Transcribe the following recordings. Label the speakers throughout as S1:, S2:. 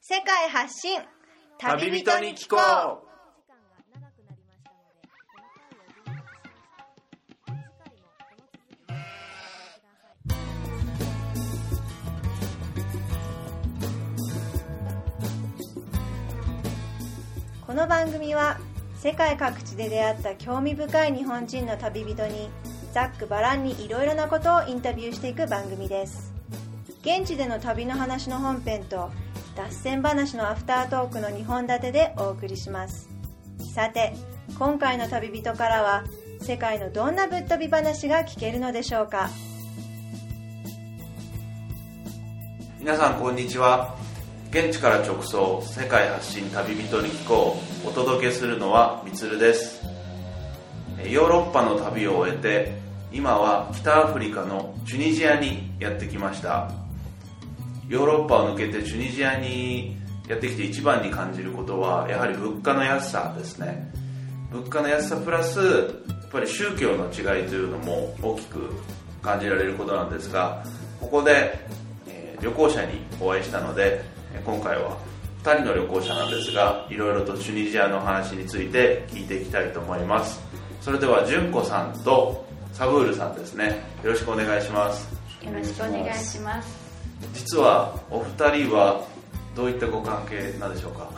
S1: 世界発信
S2: 旅人に聞こ
S3: お時間
S2: う
S3: が長くなりましたので、この回を順番としました。次回もこの続きをお聞きください。
S1: この番組は世界各地で出会った興味深い日本人の旅人にざっくばらんにいろいろなことをインタビューしていく番組です現地での旅の話の本編と脱線話のアフタートークの2本立てでお送りしますさて今回の旅人からは世界のどんなぶっ飛び話が聞けるのでしょうか
S2: 皆さんこんにちは現地から直送世界発信旅人に聞こうお届けするのはみつるですえーヨーロッパの旅を終えて今は北アフリカのチュニジアにやってきましたヨーロッパを抜けてチュニジアにやってきて一番に感じることはやはり物価の安さですね物価の安さプラスやっぱり宗教の違いというのも大きく感じられることなんですがここで、えー旅行者にお会いしたのでえー今回は2人の旅行者なんですがいろいろとチュニジアの話について聞いていきたいと思いますそれでは純子さんとサブールさんですねよろしくお願いします
S4: よろしくお願いします。
S2: 実はお二人はどういったご関係なんでしょうか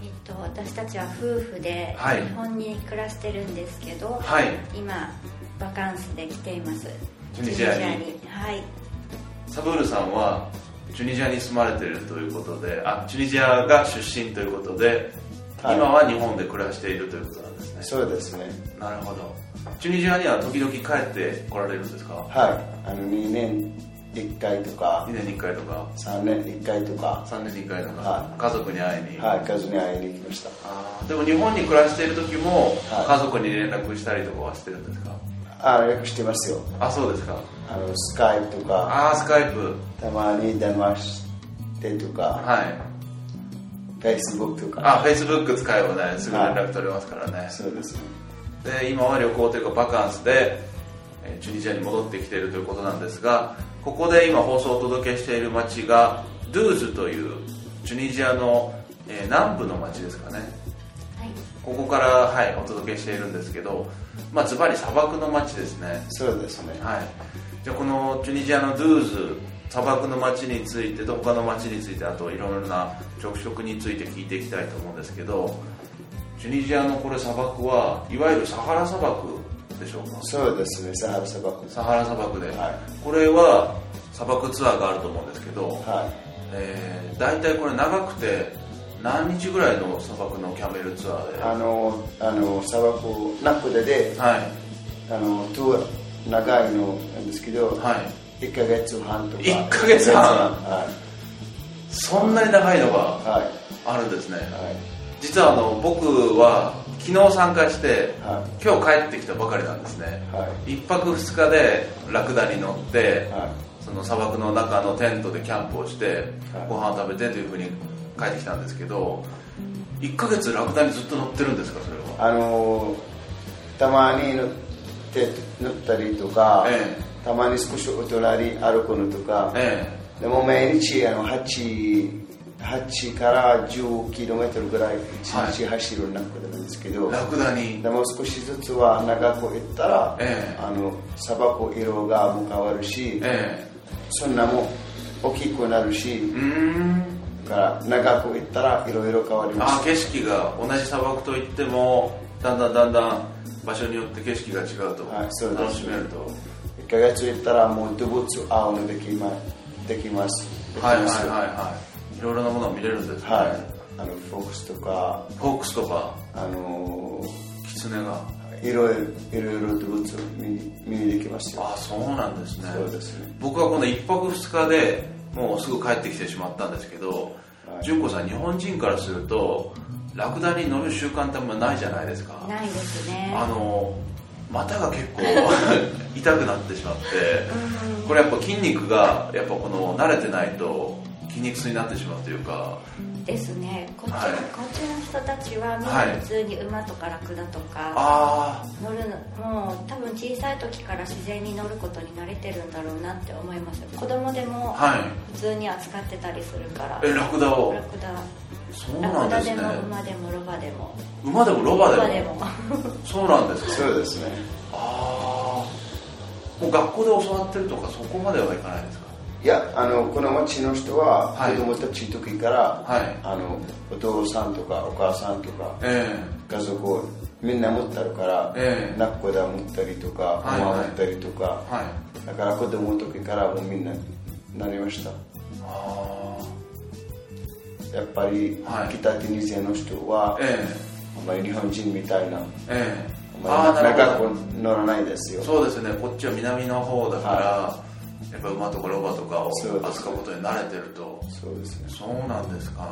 S4: えっと私たちは夫婦で
S2: はい
S4: 日本に暮らしてるんですけど、
S2: はい
S4: 今バカンスで来ています。
S2: チュニジアに
S4: はい。
S2: サブールさんはチュニジアに住まれているということであチュニジアが出身ということで、
S5: はい
S2: 今は日本で暮らしているということなんですね
S5: そうですね。
S2: なるほどチュニジアには時々帰ってこられるんですか
S5: はい。あの2年1回とか
S2: 2、年に1回とか
S5: 3年1回とか、
S2: 3年に1回とか、
S5: はい
S2: 家族に会いに、
S5: はい、家族に会いに行きました。
S2: あーでも日本に暮らしている時も、
S5: はい
S2: 家族に連絡したりとかはしてるんですか
S5: あ、よくしてますよ。
S2: あそうですか
S5: あの、スカイプとか、
S2: ああスカイプ
S5: たまに電話してとか、
S2: はい
S5: フェイスブックとか。
S2: あ、フェイスブック使えばね、すぐ連絡取れますからね。
S5: そうですね。
S2: で、今は旅行というかバカンスで、えーチュニジアに戻ってきているということなんですが、ここで今放送をお届けしている街が、ドゥーズというチュニジアの、えー南部の街ですかね。
S4: はい。
S2: ここから、はい、お届けしているんですけど、まあ、ズバリ砂漠の街ですね。
S5: そうですね。
S2: はい。じゃあこのチュニジアのドゥーズ、砂漠の街についてと他の街についてあといろいろな直色について聞いていきたいと思うんですけどチュニジアのこれ砂漠はいわゆるサハラ砂漠でしょうか
S5: そうですね、サハラ砂漠です。
S2: サハラ砂漠で、
S5: は
S2: これは砂漠ツアーがあると思うんですけど、
S5: はい。
S2: えー、大体これ長くて何日ぐらいの砂漠のキャメルツアーで
S5: あ
S2: は
S5: の、あの、砂漠、ナクダで、あの、トゥア、長いのなんですけど、
S2: いはい
S5: 1ヶ月半とか。
S2: 一ヶ月半
S5: は
S2: そんなに長いの
S5: い。
S2: が
S5: は
S2: あるんですね、
S5: い。はい。
S2: 実はあの僕は昨日参加して
S5: は
S2: 今日帰ってきたばかりなんですね
S5: い。はい。
S2: 1泊2日でラクダに乗って
S5: は
S2: その砂漠の中のテントでキャンプをして
S5: はい
S2: ご飯を食べてというふうに帰ってきたんですけど1ヶ月ラクダにずっと乗ってるんですかそれ
S5: い、
S2: は
S5: あのーたまに乗って乗ったりとか、
S2: え
S5: たまに少しお隣歩くのとか、
S2: え
S5: でも毎日あの 8, 8から1 0キロメートルぐらい1日走る中なんですけど、
S2: えラクダに
S5: でも少しずつは長く行ったら、
S2: ええ
S5: あの砂漠色がも変わるし、
S2: え
S5: そんなも大きくなるし
S2: えう、ーん
S5: だから長く行ったらいろいろ変わりま
S2: あ
S5: す。
S2: 景色が同じ砂漠といってもだんだんだんだん場所によって景色が違うと
S5: はいそうです
S2: 楽しめると
S5: 1ヶ月行ったらもう動物会うのできまできます。
S2: はいはいは
S5: できます
S2: いはいいろいろなものを見れるんですね、
S5: はい。あの、フォックスとか、
S2: フォックスとか
S5: あの
S2: キツネが
S5: ー、いろいろ、いろいろ動物を見に見にできますよ。
S2: あそうなんですね
S5: そうですね。
S2: 僕はこの1泊2日でもうすぐ帰ってきてしまったんですけど、
S5: はい
S2: 純子さん日本人からするとラクダに乗る習慣ってあんまないじゃないですか
S4: ないですね。
S2: あの股が結構 痛くなってしまって
S4: うん
S2: これやっぱ筋肉がやっぱこの慣れてないと筋肉痛になってしまうというか
S4: ですねこっち、
S2: はい
S4: こっちの人たちはみんな普通に馬とかラクダとか
S2: あ
S4: 乗るの、もう多分小さい時から自然に乗ることに慣れてるんだろうなって思います子供で
S2: あ
S4: も
S2: は
S4: 普通に扱ってたりするから、
S2: いえラクダを
S4: ラクダ
S2: そうな
S4: ラ
S2: ん
S4: ク
S2: で
S4: ダ
S2: す
S4: で
S2: ね
S4: も馬でもロバでも
S2: 馬でもロバでも
S4: 馬でも
S2: そうなんですか
S5: そうですね
S2: ああもう学校で教わってるとかそこまではいかないですか
S5: いやあのこの町の人は
S2: はい
S5: 子供たちの時から、
S2: はい
S5: あのお父さんとかお母さんとか
S2: え
S5: 家族をみんな持ってあるから、
S2: ええ
S5: 泣く子だ持ったりとか
S2: はい
S5: 馬持ったりとか、
S2: えはい
S5: だから子供の時からもうみんななりました
S2: あ
S5: やっぱり、
S2: はい
S5: 北テニジアの人は
S2: あ、え
S5: あんまり日本人みたいな
S2: えええ
S5: あんまり
S2: なる
S5: 長
S2: ほど
S5: く乗らないですよ
S2: そうですねこっちは南の方だから、やっぱ馬とかロバとかを
S5: そうです
S2: 扱うことに慣れてると
S5: そうですね
S2: そうなんですか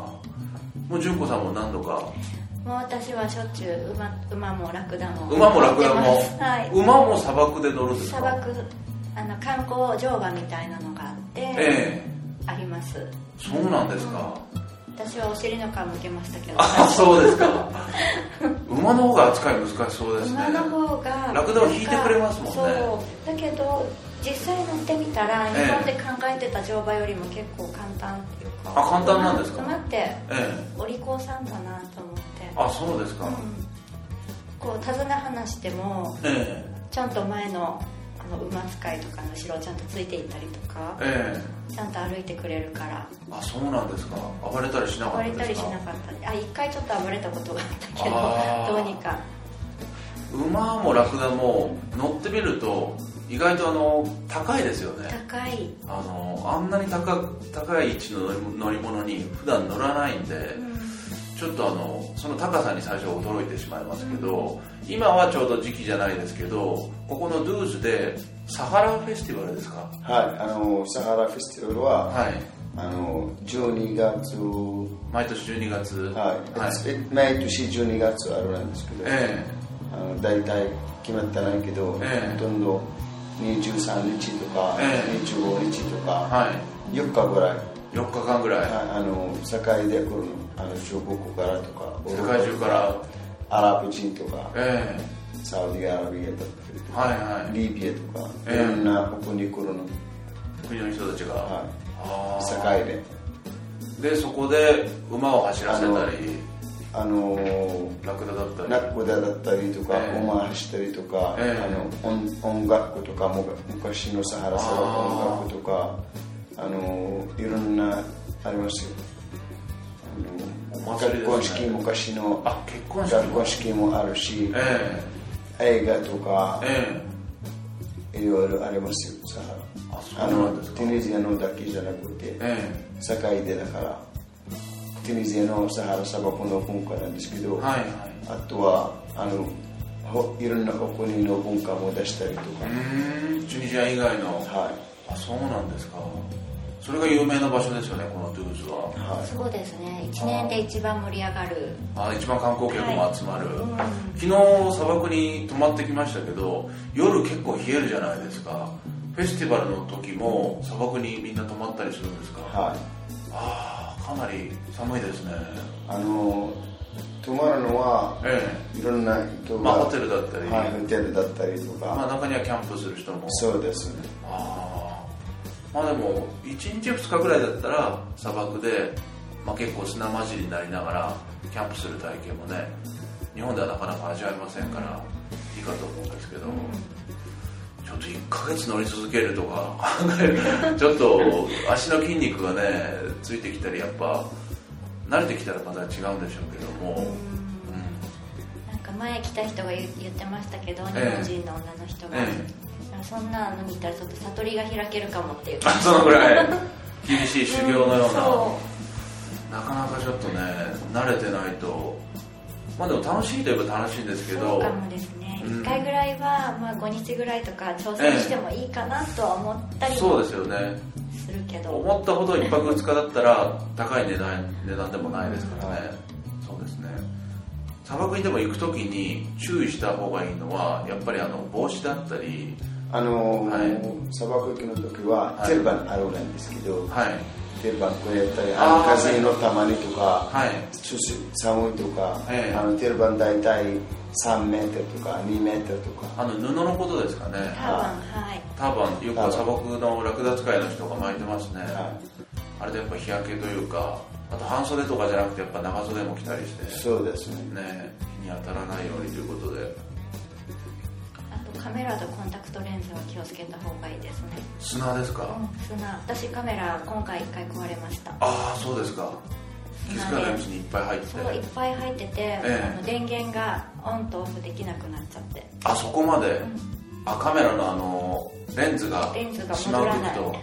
S2: もう純子さんも何度か
S4: もう私はしょっちゅう馬馬もラクダも
S2: 馬もラクダ
S4: 乗っ
S2: も
S4: てますはい
S2: 馬も砂漠で乗るんですか
S4: 砂漠あの観光乗馬みたいなのがあって、
S2: ええ
S4: あります
S2: そうなんですか、
S4: 私はお尻の皮向けましたけど
S2: あそうです か馬の方が扱い難しそうですね
S4: 馬の方が
S2: ラクダを引いてくれますもんね
S4: そうだけど実際乗ってみたら
S2: え
S4: 日
S2: え
S4: 本で考えてた乗馬よりも結構簡単っていうか
S2: あ簡単なんですか
S4: 馬って
S2: ええ
S4: お利口さんだなと思って
S2: あそうですか、
S4: うんこう手綱離しても
S2: え
S4: ちゃんと前のあの馬使いとかの後ろをちゃんとついていったりと
S2: え
S4: か
S2: ええ
S4: ちゃんと歩いてくれるから
S2: あそうなんですか暴れたりしなか
S4: 暴
S2: った
S4: れ
S2: ですか
S4: たりしなかったあ一回ちょっと暴れたことがあったけ
S2: あー
S4: どどうにか
S2: 馬もラクダも乗ってみると意外とあの高いですよね
S4: 高い、
S2: あのあんなに高く高い位置の乗り乗り物に普段乗らないんでちょっとあのその高さに最初驚いてしまいますけど、今はちょうど時期じゃないですけどここのドゥーズでサハラフェスティバルですか
S5: はいあのサハラフェスティバルは、
S2: はい
S5: あの12月
S2: 毎年12月
S5: はい、
S2: はい
S5: It's- 毎年12月あるんですけど、
S2: え
S5: あの大体決まってないけど、
S2: ええ
S5: ほとんど23日とか、
S2: ええ
S5: 25日と
S2: え
S5: か、
S2: は
S5: 4日ぐらい、
S2: い4日間ぐらい、
S5: ああの世界で来るのあの中国からとか
S2: 世界中から
S5: アラブ人とか
S2: え
S5: サウジアラビアと
S2: え
S5: か、
S2: はいはい
S5: リビアとか、
S2: ええ
S5: いろんなここに来るの、
S2: 国の人たちが、
S5: は
S2: あ
S5: い、
S2: ー
S5: 世界で
S2: でそこで馬を走らせたり
S5: あの
S2: ラクダだったり
S5: ナッコダだったりとか、
S2: ええ
S5: オマー走ったりとか、
S2: ええ
S5: あの音音楽とかも昔のサハラ砂漠の音楽とかあのいろんなありますよあの
S2: お祭りですね
S5: 結婚式昔の
S2: あ結婚式
S5: 学校式もあるし、
S2: え
S5: 映画とか
S2: え、え
S5: いろいろありますよサハラ
S2: あそうなんですか
S5: テニジアのだけじゃなくて、
S2: ええ
S5: 世界でだからテニジアのサハラ砂漠の文化なんですけ
S2: えは
S5: ど、
S2: いはい
S5: あとはあのほいろんな国の文化も出したりと
S2: うーんチュニジア以外の
S5: か、は
S2: あそうなんですかそれが有名な場所ですよねこのトゥーズはい
S5: は
S4: そうですね1年で一番盛り上がる
S2: あ一番観光客も集まる、
S4: うん
S2: 昨日砂漠に泊まってきましたけど夜結構冷えるじゃないですかフェスティバルの時も砂漠にみんな泊まったりするんですか、
S5: い、はい、
S2: ああかなり寒いですね
S5: あの泊まるのは
S2: え
S5: いろんな
S2: え
S5: 人が、
S2: まあホテルだったり、
S5: はい、ホテルだったりとか、
S2: まあ、中にはキャンプする人も
S5: そうですね
S2: ああまあでも1日2日ぐらいだったら砂漠で、まあ、結構砂混じりになりながらキャンプする体験もね日本ではなかなか味わえませんからいいかと思うんですけど、ちょっと1ヶ月乗り続けるとか 考えるちょっと足の筋肉がねついてきたりやっぱ慣れてきたらまた違うんでしょうけども、うん
S4: なんか前来た人が言言ってましたけど日
S2: ええ
S4: 本人の女の人が、
S2: え
S4: あそんなの見たらちょっと悟りが開けるかもっていう
S2: あそのぐらい厳しい修行のような。
S4: そ
S2: なかなかちょっとね慣れてないとまあでも楽しいといえば楽しいんですけ
S4: うそ
S2: ど
S4: うかもですね、
S2: うん
S4: 1回ぐらいは、まあ、5日ぐらいとか挑戦してもいいかなとは思ったり
S2: そう
S4: も
S2: ですよね
S4: するけど、
S2: 思ったほど1泊2日だったら高い値段値段でもないですからねそうですね砂漠にでも行く時に注意した方がいいのはやっぱりあの帽子だったり
S5: あの、
S2: はい
S5: 砂漠行きの時は、
S2: はい
S5: テルバンあるんですけど
S2: はい
S5: ってる学校やったりあ
S2: あー
S5: の風のたまにとか、
S2: はい
S5: ちょっと寒いとか、
S2: ええ
S5: あのテルバン大体3メートルとか2メートルとか
S2: あの布のことですかね
S4: 多分はい
S2: 多分よく砂漠のラクダ使いの人が巻いてますね、
S5: は
S2: あれでやっぱ日焼けというかあと半袖とかじゃなくてやっぱ長袖も着たりして
S5: いそうですね
S2: ね日に当たらないようにということで
S4: あとカメラとコンタクトレンズは気をつけた方がいいですね
S2: 砂ですか、
S4: 砂私カメラ今回1回壊れました
S2: ああそうですか気づかないうちにいっぱい入って
S4: そういっぱい入ってて、
S2: え
S4: あの電源がオンとオフできなくなっちゃって
S2: あそこまで、あカメラのあのレンズが
S4: レンズが
S2: しま
S4: 戻
S2: う
S4: ら
S2: と
S4: ない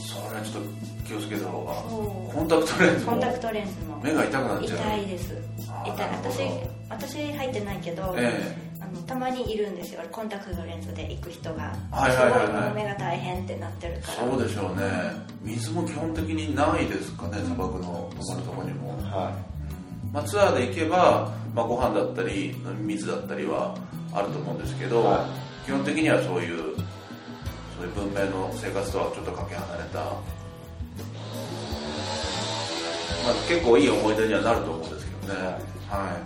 S2: それはちょっと気をつけた方が
S4: そう
S2: コンタクトレンズ
S4: コン
S2: も
S4: タクトレンズも
S2: 目が痛くなっちゃ
S4: 痛
S2: う
S4: いです
S2: あー
S4: 痛い
S2: なるほ
S4: 私
S2: ど
S4: 私入ってないけど、
S2: え
S4: あのたまにいるんですよコンタクトレンズで行く人が、
S2: はいはいはいはい
S4: すごいもう目が大変ってなってるから
S2: そうでしょうね水も基本的にないですかね砂漠のところとこにも、
S5: は
S2: まあ、ツアーで行けば、まあ、ご飯だったり水だったりはあると思うんですけど、
S5: は
S2: 基本的にはそういうそういう文明の生活とはちょっとかけ離れた、まあ、結構いい思い出にはなると思うんですけどねは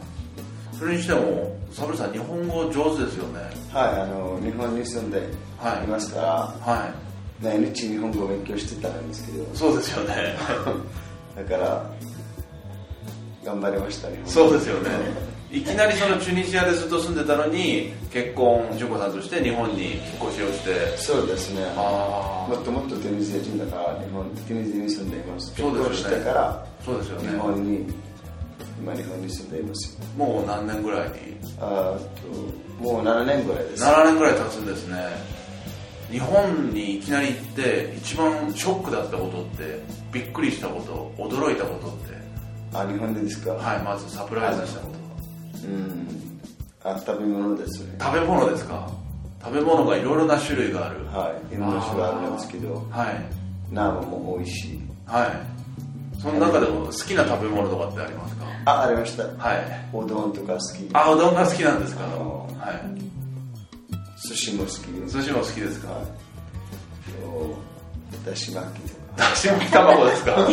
S2: いそれにしてもサブルさん日本語上手ですよね
S5: い、はい、あの日本に住んで
S2: はい
S5: いますから、
S2: は
S5: 毎日日本語を勉強してたんですけど
S2: いそうですよね
S5: だから頑張りましたね
S2: そうですよねいきなりそのチュニジアでずっと住んでたのに結婚純子さんとして日本に引っ越しをして
S5: そうですね
S2: あ
S5: もっともっとテニス人だから日本テニスに住んでいます結
S2: そう
S5: 婚
S2: です
S5: し
S2: よね
S5: てから
S2: そうですよ
S5: 日
S2: ね
S5: 本に今日本に住んでいます
S2: もう何年ぐらいに
S5: あともう7年ぐらいです
S2: 7年ぐらい経つんですね日本にいきなり行って一番ショックだったことってびっくりしたこと驚いたことって
S5: あ日本でですか、
S2: はいまずサプライズしたこ
S5: うんあ食べ物ですね
S2: と食べ物ですか食べ物がいろいろな種類がある
S5: はいいろんな種類あるんですけど
S2: はい
S5: 生も美味しい
S2: はいその中でも好きな食べ物とかってありますか
S5: あありました
S2: はい
S5: おどんとか好き
S2: あうどんが好きなんですか
S5: あの
S2: はい
S5: 寿司も好き
S2: 寿司も好き ですか
S5: はいとだし巻きとか
S2: だし巻き卵です か
S4: だ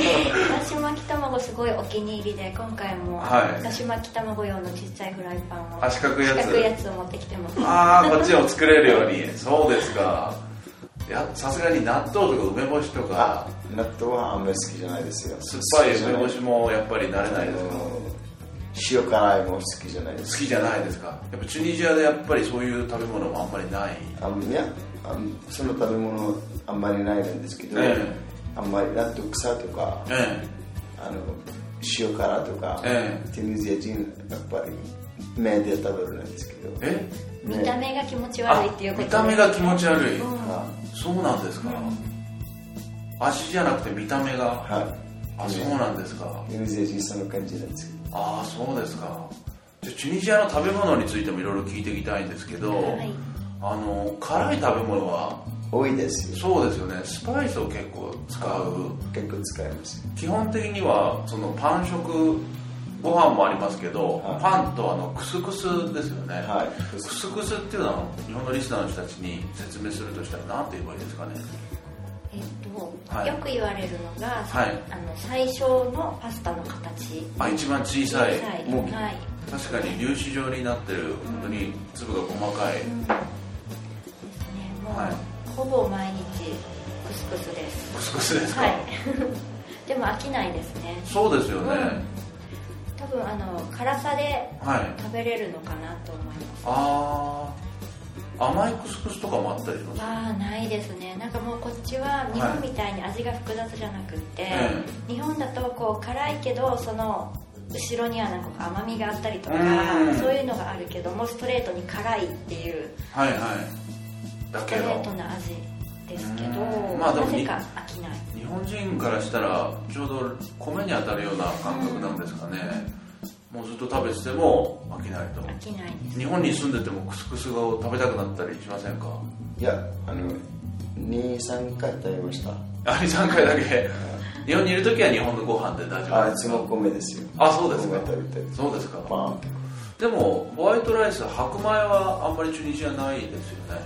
S4: し巻き卵すごいお気に入りで今回も、
S2: はい
S4: だし巻き卵用のちっちゃいフライパンを
S2: あ四角いやつ
S4: 四角いやつを持ってきてます
S2: ああこっちを作れるようにそうですかいやさすがに納豆とか梅干しとか
S5: あ納豆はあんまり好きじゃないですよ
S2: 酸っぱい梅干しもやっぱり慣れないですか
S5: 塩辛いも好きじゃないで
S2: 好
S5: す
S2: きじゃないですかやっぱチュニジアでやっぱりそういう食べ物もあんまりない
S5: あんいやあんその食べ物あんまりないんですけど、
S2: え
S5: あんまり納豆草とか
S2: え
S5: あの塩辛とか、
S2: え
S5: テニス人やっぱり目で食べるんですけど
S2: ええ
S5: ね
S4: 見た目が気持ち悪い
S2: あ
S4: っていうこと
S2: 見
S4: で
S2: た目が気持ち悪い、
S4: うん
S5: は
S2: そうなんですか、味じゃなくて見た目が、
S5: はい
S2: あそうなんですか
S5: テニス人その感じなんですけ
S2: ああそうですかじゃあチュニジアの食べ物についてもいろいろ聞いていきたいんですけど、
S4: はい
S2: あの辛い食べ物は
S5: ど多いですよ
S2: そうですよねスパイスを結構使う
S5: 結構使います
S2: 基本的にはそのパン食ご飯もありますけど、
S5: はい
S2: パンとあのクスクスですよね、
S5: はい
S2: クスクスっていうのは日本のリスナーの人たちに説明するとしたら何て言えばいいですかね
S4: えっと、
S2: はい
S4: よく言われるのが、
S2: はい
S4: あの最小のパスタの形
S2: あ一番小さい
S4: はい、
S5: もう
S4: はい
S2: 確かに粒子状になってる本当に粒が細かい、
S4: うんですねもう、
S2: はい
S4: ほぼ毎日クスクスです
S2: クスクスですか、
S4: はい でも飽きないですね
S2: そうですよね、
S4: 多分あの辛さで
S2: はい
S4: 食べれるのかなと思います
S2: ああ甘いクスクスとかもあったりします
S4: はないですねなんかもうこっちは日本みたいに味が複雑じゃなくって、
S2: え
S4: 日本だとこう辛いけどその後ろにはなんか甘みがあったりとか
S2: うん
S4: そういうのがあるけどもうストレートに辛いっていう
S2: はいはいだ
S4: スト
S2: け
S4: レ
S2: ど
S4: ートな味ですけど
S2: うんまあでも
S4: なぜか飽きない
S2: 日本人からしたらちょうど米に当たるような感覚なんですかね、もうずっと食べてても飽きないと
S4: 飽きないです
S2: 日本に住んでてもクスクスを食べたくなったりしませんか
S5: いやあの23回食べました
S2: あれ3回だけ日本にいる時は日本のご飯で大丈
S5: あ
S2: 夫
S5: いつも米ですよ
S2: あそうですか
S5: 米食べたり
S2: そうです
S5: パ
S2: か
S5: ン
S2: でもホワイトライス白米はあんまりチュニジアないですよね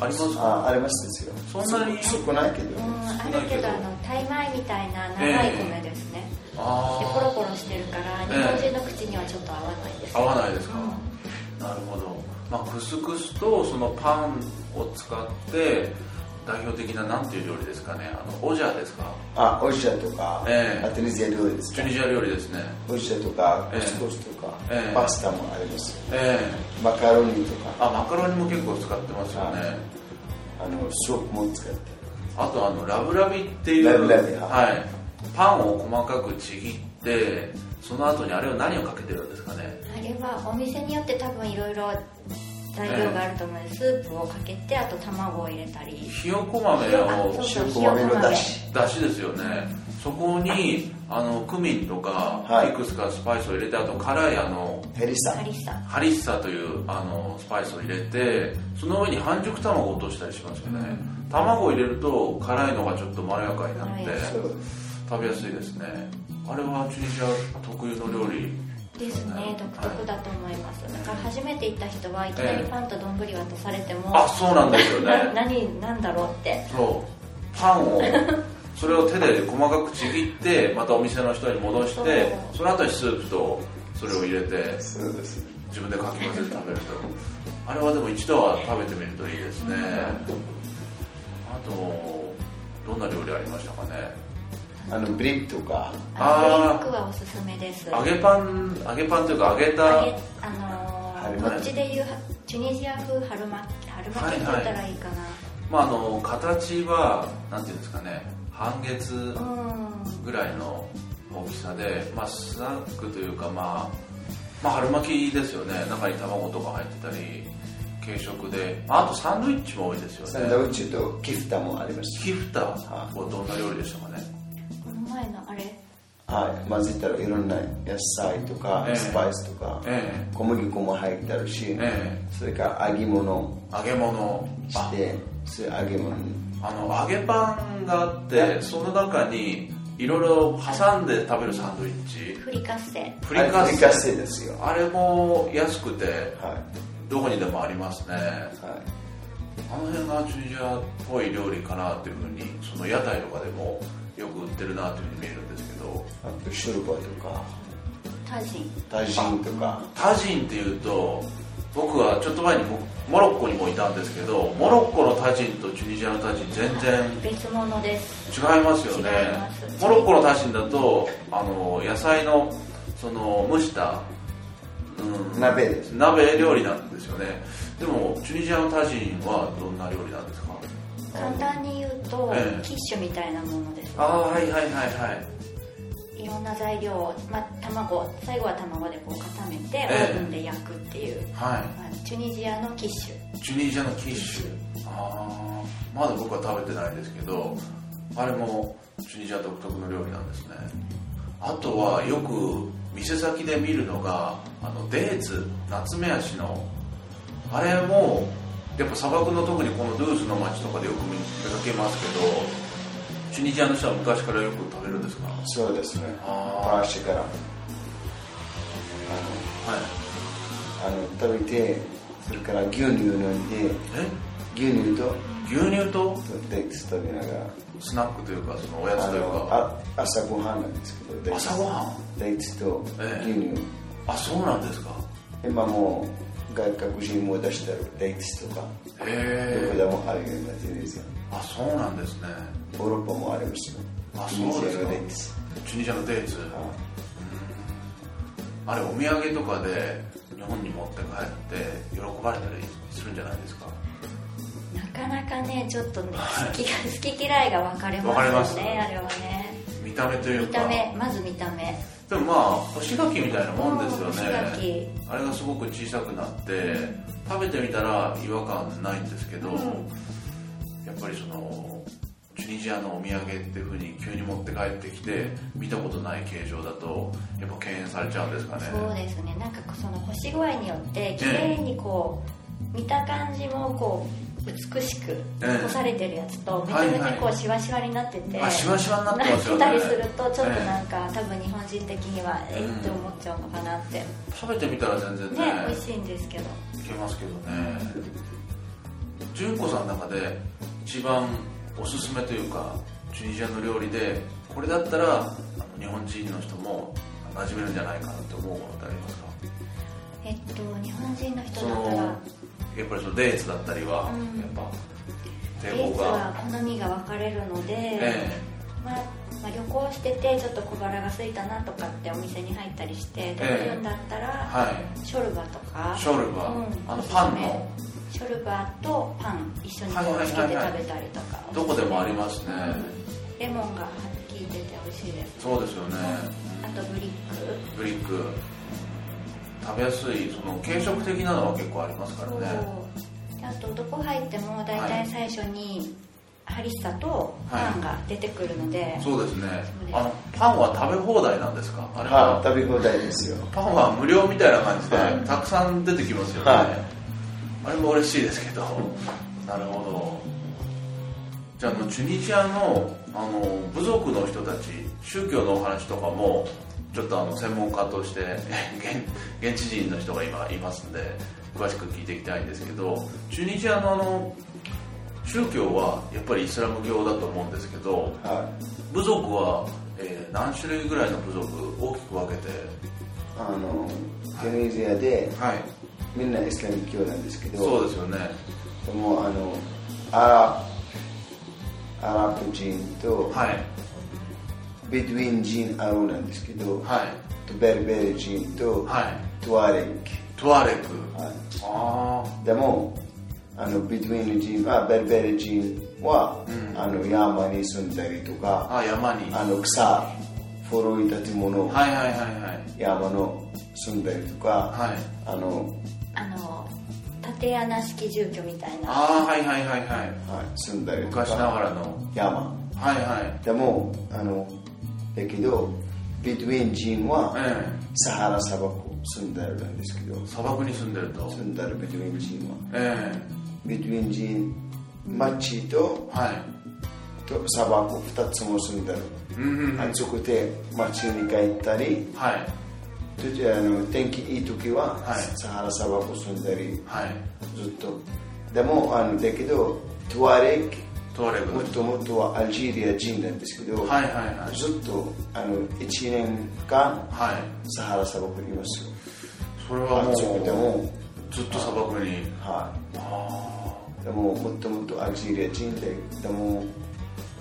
S2: ありますか
S5: あありますですよ
S2: そんなに
S5: す少ないけど、
S4: うん、あるけどあのタイ米みたいな長い米ですね、でコロ
S2: あ
S4: コロしてるから日本人の口にはちょっと合わないです、
S2: あ合わないですか、なるほど、まあ、クスクスとそのパンを使って代表的ななんていう料理ですかねあのオジャーですか
S5: あオイジャとか、
S2: ええ
S5: アテネジア料理です
S2: チ
S5: か
S2: ュニジア料理ですね
S5: オイジャとか
S2: ええ
S5: コスコスとか、
S2: ええ
S5: パスタもありますよ
S2: え
S5: マカロニと
S2: え
S5: か
S2: あマカロニも結構使ってますよね、
S5: はあのスープも使って
S2: あとあのラブラビっていう
S5: ラブラビ
S2: はい、パンを細かくちぎってその後にあれは何をかけてるんですかね
S4: あれはお店によって多分いろいろ材料があると思うので、スープをかけてあと卵を入れたり
S2: ひよこ豆 を
S4: そう
S5: 塩
S4: そう
S5: 小豆のだし
S2: だしですよねそこにあのクミンとか、
S5: はい
S2: い、くつかスパイスを入れてあと辛いあの
S5: ヘリサ
S4: カリッサ
S2: ハリッサというあのスパイスを入れてその上に半熟卵を落としたりしますよね、卵を入れると辛いのがちょっとまろやかになって、
S4: はい
S5: そう
S2: 食べやすいですねあれはチュニジア特有の料理
S4: ですね独特だと思いますだから初めて行った人はいきなりパンと丼渡されても、
S2: あそうなんですよ
S4: な
S2: ね
S4: 何なんだろうって
S2: そうパンをそれを手で細かくちぎってまたお店の人に戻してその後にスープとそれを入れて
S5: そうです
S2: 自分でかき混ぜて食べるとあれはでも一度は食べてみるといいですねあとどんな料理ありましたかね
S5: あのブリックとか
S4: あ
S2: あー
S4: のドリンクはおすすめです
S2: 揚げパン揚げパンというか揚げた
S4: 揚げあの
S5: 春
S4: ー
S5: 巻き
S4: こっちで言うチュニジア風春巻き春巻きって言ったらいいかな、
S2: まああの形はなんていうんですかね半月ぐらいの大きさで、まあ、スナックというか、まあ、まあ春巻きですよね中に卵とか入ってたり軽食で、まあ、あとサンドイッチも多いです
S5: サンド
S2: よ
S5: イ
S2: ね
S5: ッチとキフタもあります
S2: キフタはどんな料理でしたかね
S4: うんこの前のあれ
S5: はい混ぜたらいろんな野菜とか
S2: ええ
S5: スパイスとか
S2: え
S5: 小麦粉も入ってるし
S2: え
S5: それから揚げ物
S2: 揚げ物
S5: し
S2: あ
S5: てそれ揚げ物に
S2: あの揚げパンがあってその中にいろいろ挟んで食べるサンドイッチ
S4: フリカッセ
S2: フ
S5: フ
S2: リカッ
S5: フリ
S2: セ
S5: カッセですよ
S2: あれも安くて
S5: は
S2: どこにでもありますね
S5: いはい
S2: あの辺がチュニジアっぽい料理かなっていうふうにその屋台とかでもよく売ってるなというふうに見えるんですけど
S5: あとショルバとか
S4: タジン
S5: タジンとか
S2: タジンっていうと僕はちょっと前にモモロッコにもいたんですけどモロッコのタジンとチュニジアのタジン全然
S4: 別物です
S2: 違いますよね
S4: 違います
S2: モロッコのタジンだとあの野菜のその蒸した、うん
S5: 鍋です
S2: 鍋料理なんですよねでもチュニジアのタジンはどんな料理なんですか
S4: 簡単に言うと、
S2: ええ
S4: キッシュみたいなものです
S2: ああはいはいはいはい
S4: いろんな材料を、まあ、卵最後は卵でこう固めてオ
S2: ええ
S4: ーブンで焼くっていう、
S2: はい
S4: まあチュニジアのキッシュ
S2: チュニジアのキッシュああまだ僕は食べてないですけどあれもチュニジア独特の料理なんですねあとはよく店先で見るのがあのデーツナツメヤシのあれもやっぱ砂漠の特にこのドゥースの街とかでよく見かけますけどチュニジアの人は昔からよく食べるんですかは
S5: そうですね
S2: あー
S5: 昔から
S2: い
S5: あの食べてそれから牛乳飲んで
S2: え
S5: 牛乳と
S2: 牛乳と
S5: デックス食べながら
S2: スナックというかそのおやつ
S5: あ
S2: という
S5: の
S2: か
S5: あ朝ごはんなんですけどデックス
S2: 朝ごはん
S5: デッツと
S2: ええ
S5: 牛乳、
S2: あそうなんですか
S5: 今もう外国人も出してるデッツとか
S2: へ
S5: ど
S2: え
S5: こでもあるようなテレビですよ
S2: あそうなんですね
S5: ヨーロッパもありますよ
S2: あそうですか
S5: チュニジアのデッツ
S2: チュニジアのデーツ
S5: は
S2: あれお土産とかで日本に持って帰って喜ばれたりするんじゃないですか
S4: なかなかねちょっとね
S2: はい
S4: 好き好き嫌いが分かれ
S2: 分かれま
S4: ますすよねあれはね
S2: 見た目とい
S4: 見
S2: うか
S4: た目まず見た目
S2: でもまあ干し柿みたいなもんですよね
S4: 干し
S2: あれがすごく小さくなって食べてみたら違和感ないんですけど、やっぱりそのチュニジアのお土産っていうふうに急に持って帰ってきて見たことない形状だとやっぱ敬遠されちゃうんですかね
S4: そうですねなんかその干し具合によって綺麗にこう見た感じもこう美しく
S2: ええ
S4: 干されてるやつとめちゃめちゃこ
S2: はいは
S4: うシワシワになってて
S2: あシワシワになってますよね
S4: なってたりするとちょっとなんか多分日本人的にはえっって思っちゃうのかなってね
S2: 食べてみたら全然ね
S4: 美味しいんですけど
S2: いけますけどね純子さんの中で一番おすすめというかチュニジアの料理でこれだったらあの日本人の人も馴染めるんじゃないかなって思うものってありますか
S4: えっと日本人の人
S2: そ
S4: だ
S2: の
S4: ったら
S2: やっぱりそのデーツだったりは、
S4: うん
S2: やっぱ
S4: デ
S2: 抵
S4: ー
S2: 抗が
S4: ツは好みが分かれるので、
S2: え
S4: まあまあ旅行しててちょっと小腹が空いたなとかってお店に入ったりして食べるんだった
S2: え
S4: ら、
S2: はい
S4: ショルバとか
S2: ショルバ、
S4: うん
S2: あのパンの
S4: ショルバとパン一緒にこ
S2: は
S4: う
S2: い
S4: つけ
S2: はい
S4: て
S2: はい
S4: 食べたりとか
S2: どこでもありますね、
S4: レモンが効いてて美味しいです
S2: そうですよね
S4: あとブリック
S2: ブリック食べやすいその軽食的なのは結構ありますから
S4: と、
S2: ね
S4: であとどこ入っても大体最初にハリッサとパンが出てくるので、
S2: そうですね
S4: そうです
S2: あのパンは食べ放題なんですかあれは、
S5: はい、食べ放題ですよ。
S2: パンは無料みたいな感じで、
S5: はい
S2: たくさん出てきますよね、
S5: は
S2: あれも嬉しいですけどなるほどじゃああのチュニジアのあの部族の人たち宗教のお話とかもちょっとあの専門家として 現現地人の人が今いますんで詳しく聞いていきたいんですけどチュニジアのあの宗教はやっぱりイスラム教だと思うんですけど
S5: はい。
S2: 部族は、えー何種類ぐらいの部族大きく分けて
S5: あの、テネジアで、
S2: はい
S5: みんなイスラム教なんですけど、
S2: そうですよね
S5: でもあのアラアラブ人と、
S2: はい
S5: ベドウィン人アローなんですけど、
S2: はい
S5: とベルベル人と、
S2: はい
S5: トワレッ
S2: トワレク
S5: ク、は
S2: あ
S5: い、でもあのベドウィン人あベルベル人は、
S2: うん
S5: あの山に住んだりと
S2: ー
S5: か
S2: あ山に
S5: あ
S2: はい
S5: の草古い建物、
S2: はいはいはい
S5: 山の住んだりとか、
S2: はい
S5: あの
S4: あの縦穴式住居みたいな
S2: ああはいはいはいは
S5: はい、住んだ
S2: い
S5: りとか
S2: 昔ながらの
S5: 山
S2: はいはい
S5: でもあのだけどベドウィン人は、
S2: え
S5: サハラ砂漠住んでるんですけど
S2: え、砂漠に住んでると
S5: 住んでるベトウィン人は。
S2: え
S5: ベトウィン人、町と
S2: えはい
S5: と砂漠2つも住んでる。
S2: うんうんはい
S5: あそこで町に帰ったり、
S2: はい
S5: とあの天気いい時は
S2: はい
S5: サハラ砂漠住んだり、
S2: はい
S5: ずっと。でも、あのだけど、トワレッ
S2: トワレ
S5: ク、
S2: ク
S5: もともとはアルジェリア人なんですけど、
S2: はいはいはい
S5: ずっとあの1年間、
S2: はい
S5: サハラ砂漠にいますよ。
S2: それは
S5: あ
S2: もう
S5: そこでも、
S2: ずっと砂漠に
S5: はい。
S2: あ
S5: でももっともっとアルジェリア人で、でも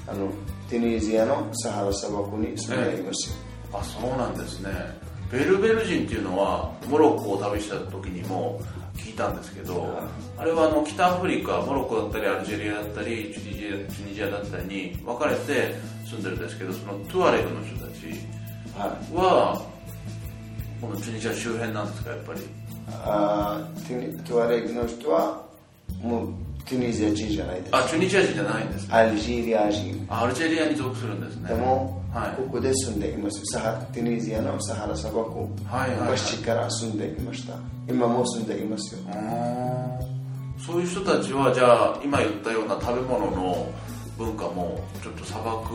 S5: あのテネジアのサハラ砂漠に住んでいますよ。
S2: ーあそうなんですねベルベル人っていうのはモロッコを旅した時にも聞いたんですけどあれはあの北アフリカモロッコだったりアルジェリアだったりチュニジアチュニジアだったりに分かれて住んでるんですけどそのトゥアレグの人たち
S5: はい
S2: はこのチュニジア周辺なんですかやっぱり
S5: あーテネトワレグの人はもうテネジア人じゃないです。
S2: あチュニジア人じゃないんですね
S5: アルジェリア人。
S2: あアルジェリアに属するんですね
S5: でも、
S2: はい
S5: ここで住んでいます。サハテネジアのサハラ砂漠、
S2: はいはいはい
S5: 昔から住んでいました。今も住んでいますよ。
S2: あーそういう人たちはじゃあ今言ったような食べ物の文化もちょっと砂漠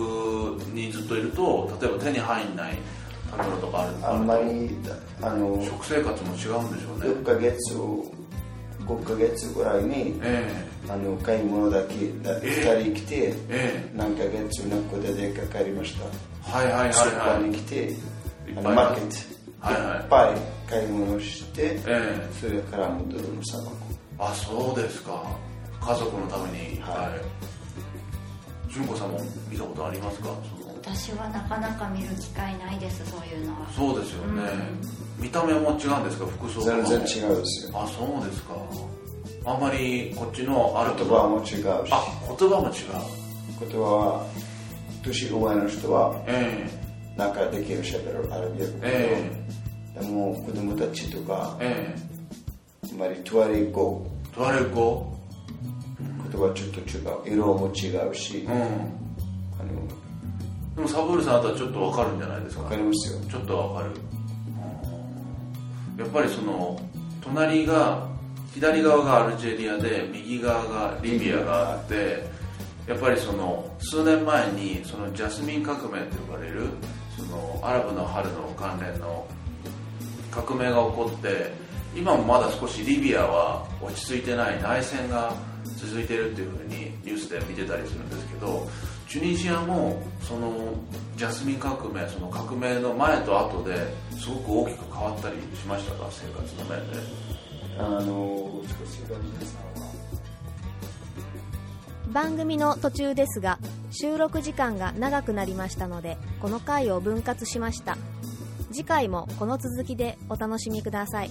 S2: にずっといると例えば手に入んない食べ物とかある
S5: あんまりあの
S2: 食生活も違うんでしょう
S5: 6
S2: ね
S5: ヶ月5ヶ月ぐらいに
S2: え
S5: あの買い物だけだ
S2: え
S5: 2人来て
S2: ええ
S5: 何ヶ月の子で出かかりました
S2: えはいはいはい
S5: スーパ
S2: は
S5: ー
S2: い
S5: に来て
S2: いっぱ
S5: あ
S2: い
S5: のマーケッ
S2: はいはい
S5: トいっぱい買い物して
S2: ええ
S5: それから戻るの砂漠
S2: あそうですか家族のために
S5: はい
S2: はい純子さんも見たことありますかその
S4: 私はなかなか見る機会ないですそういうのは
S2: そうですよね、見た目も違うんですか服装とか
S5: 全
S2: も
S5: 然違うですよ
S2: あそうですかあんまりこっちのアル
S5: 言
S2: プ
S5: 葉も違うし言葉
S2: あ言葉も違う
S5: は年上の人は
S2: え
S5: なんかできるしゃべるアラビア語
S2: ええ
S5: でも子供たちとか
S2: ええ
S5: あまりトワレ語
S2: えトワレコ
S5: 言葉ちょっと違う色も違うし
S2: うん
S5: あの
S2: でもサブールさんあとはちょっとわかるんじゃないですか
S5: わかりますよ
S2: ちょっとわかるやっぱりその隣が左側がアルジェリアで右側がリビアがあってやっぱりその数年前にそのジャスミン革命と呼ばれるそのアラブの春の関連の革命が起こって今もまだ少しリビアは落ち着いてない内戦が続いてるっていうふうにニュースで見てたりするんですけどチュニジアもそのジャスミン革命その革命の前と後ですごく大きく変わったりしましたか生活の面で
S5: あの少しバニラさんは
S6: 番組の途中ですが収録時間が長くなりましたのでこの回を分割しました次回もこの続きでお楽しみください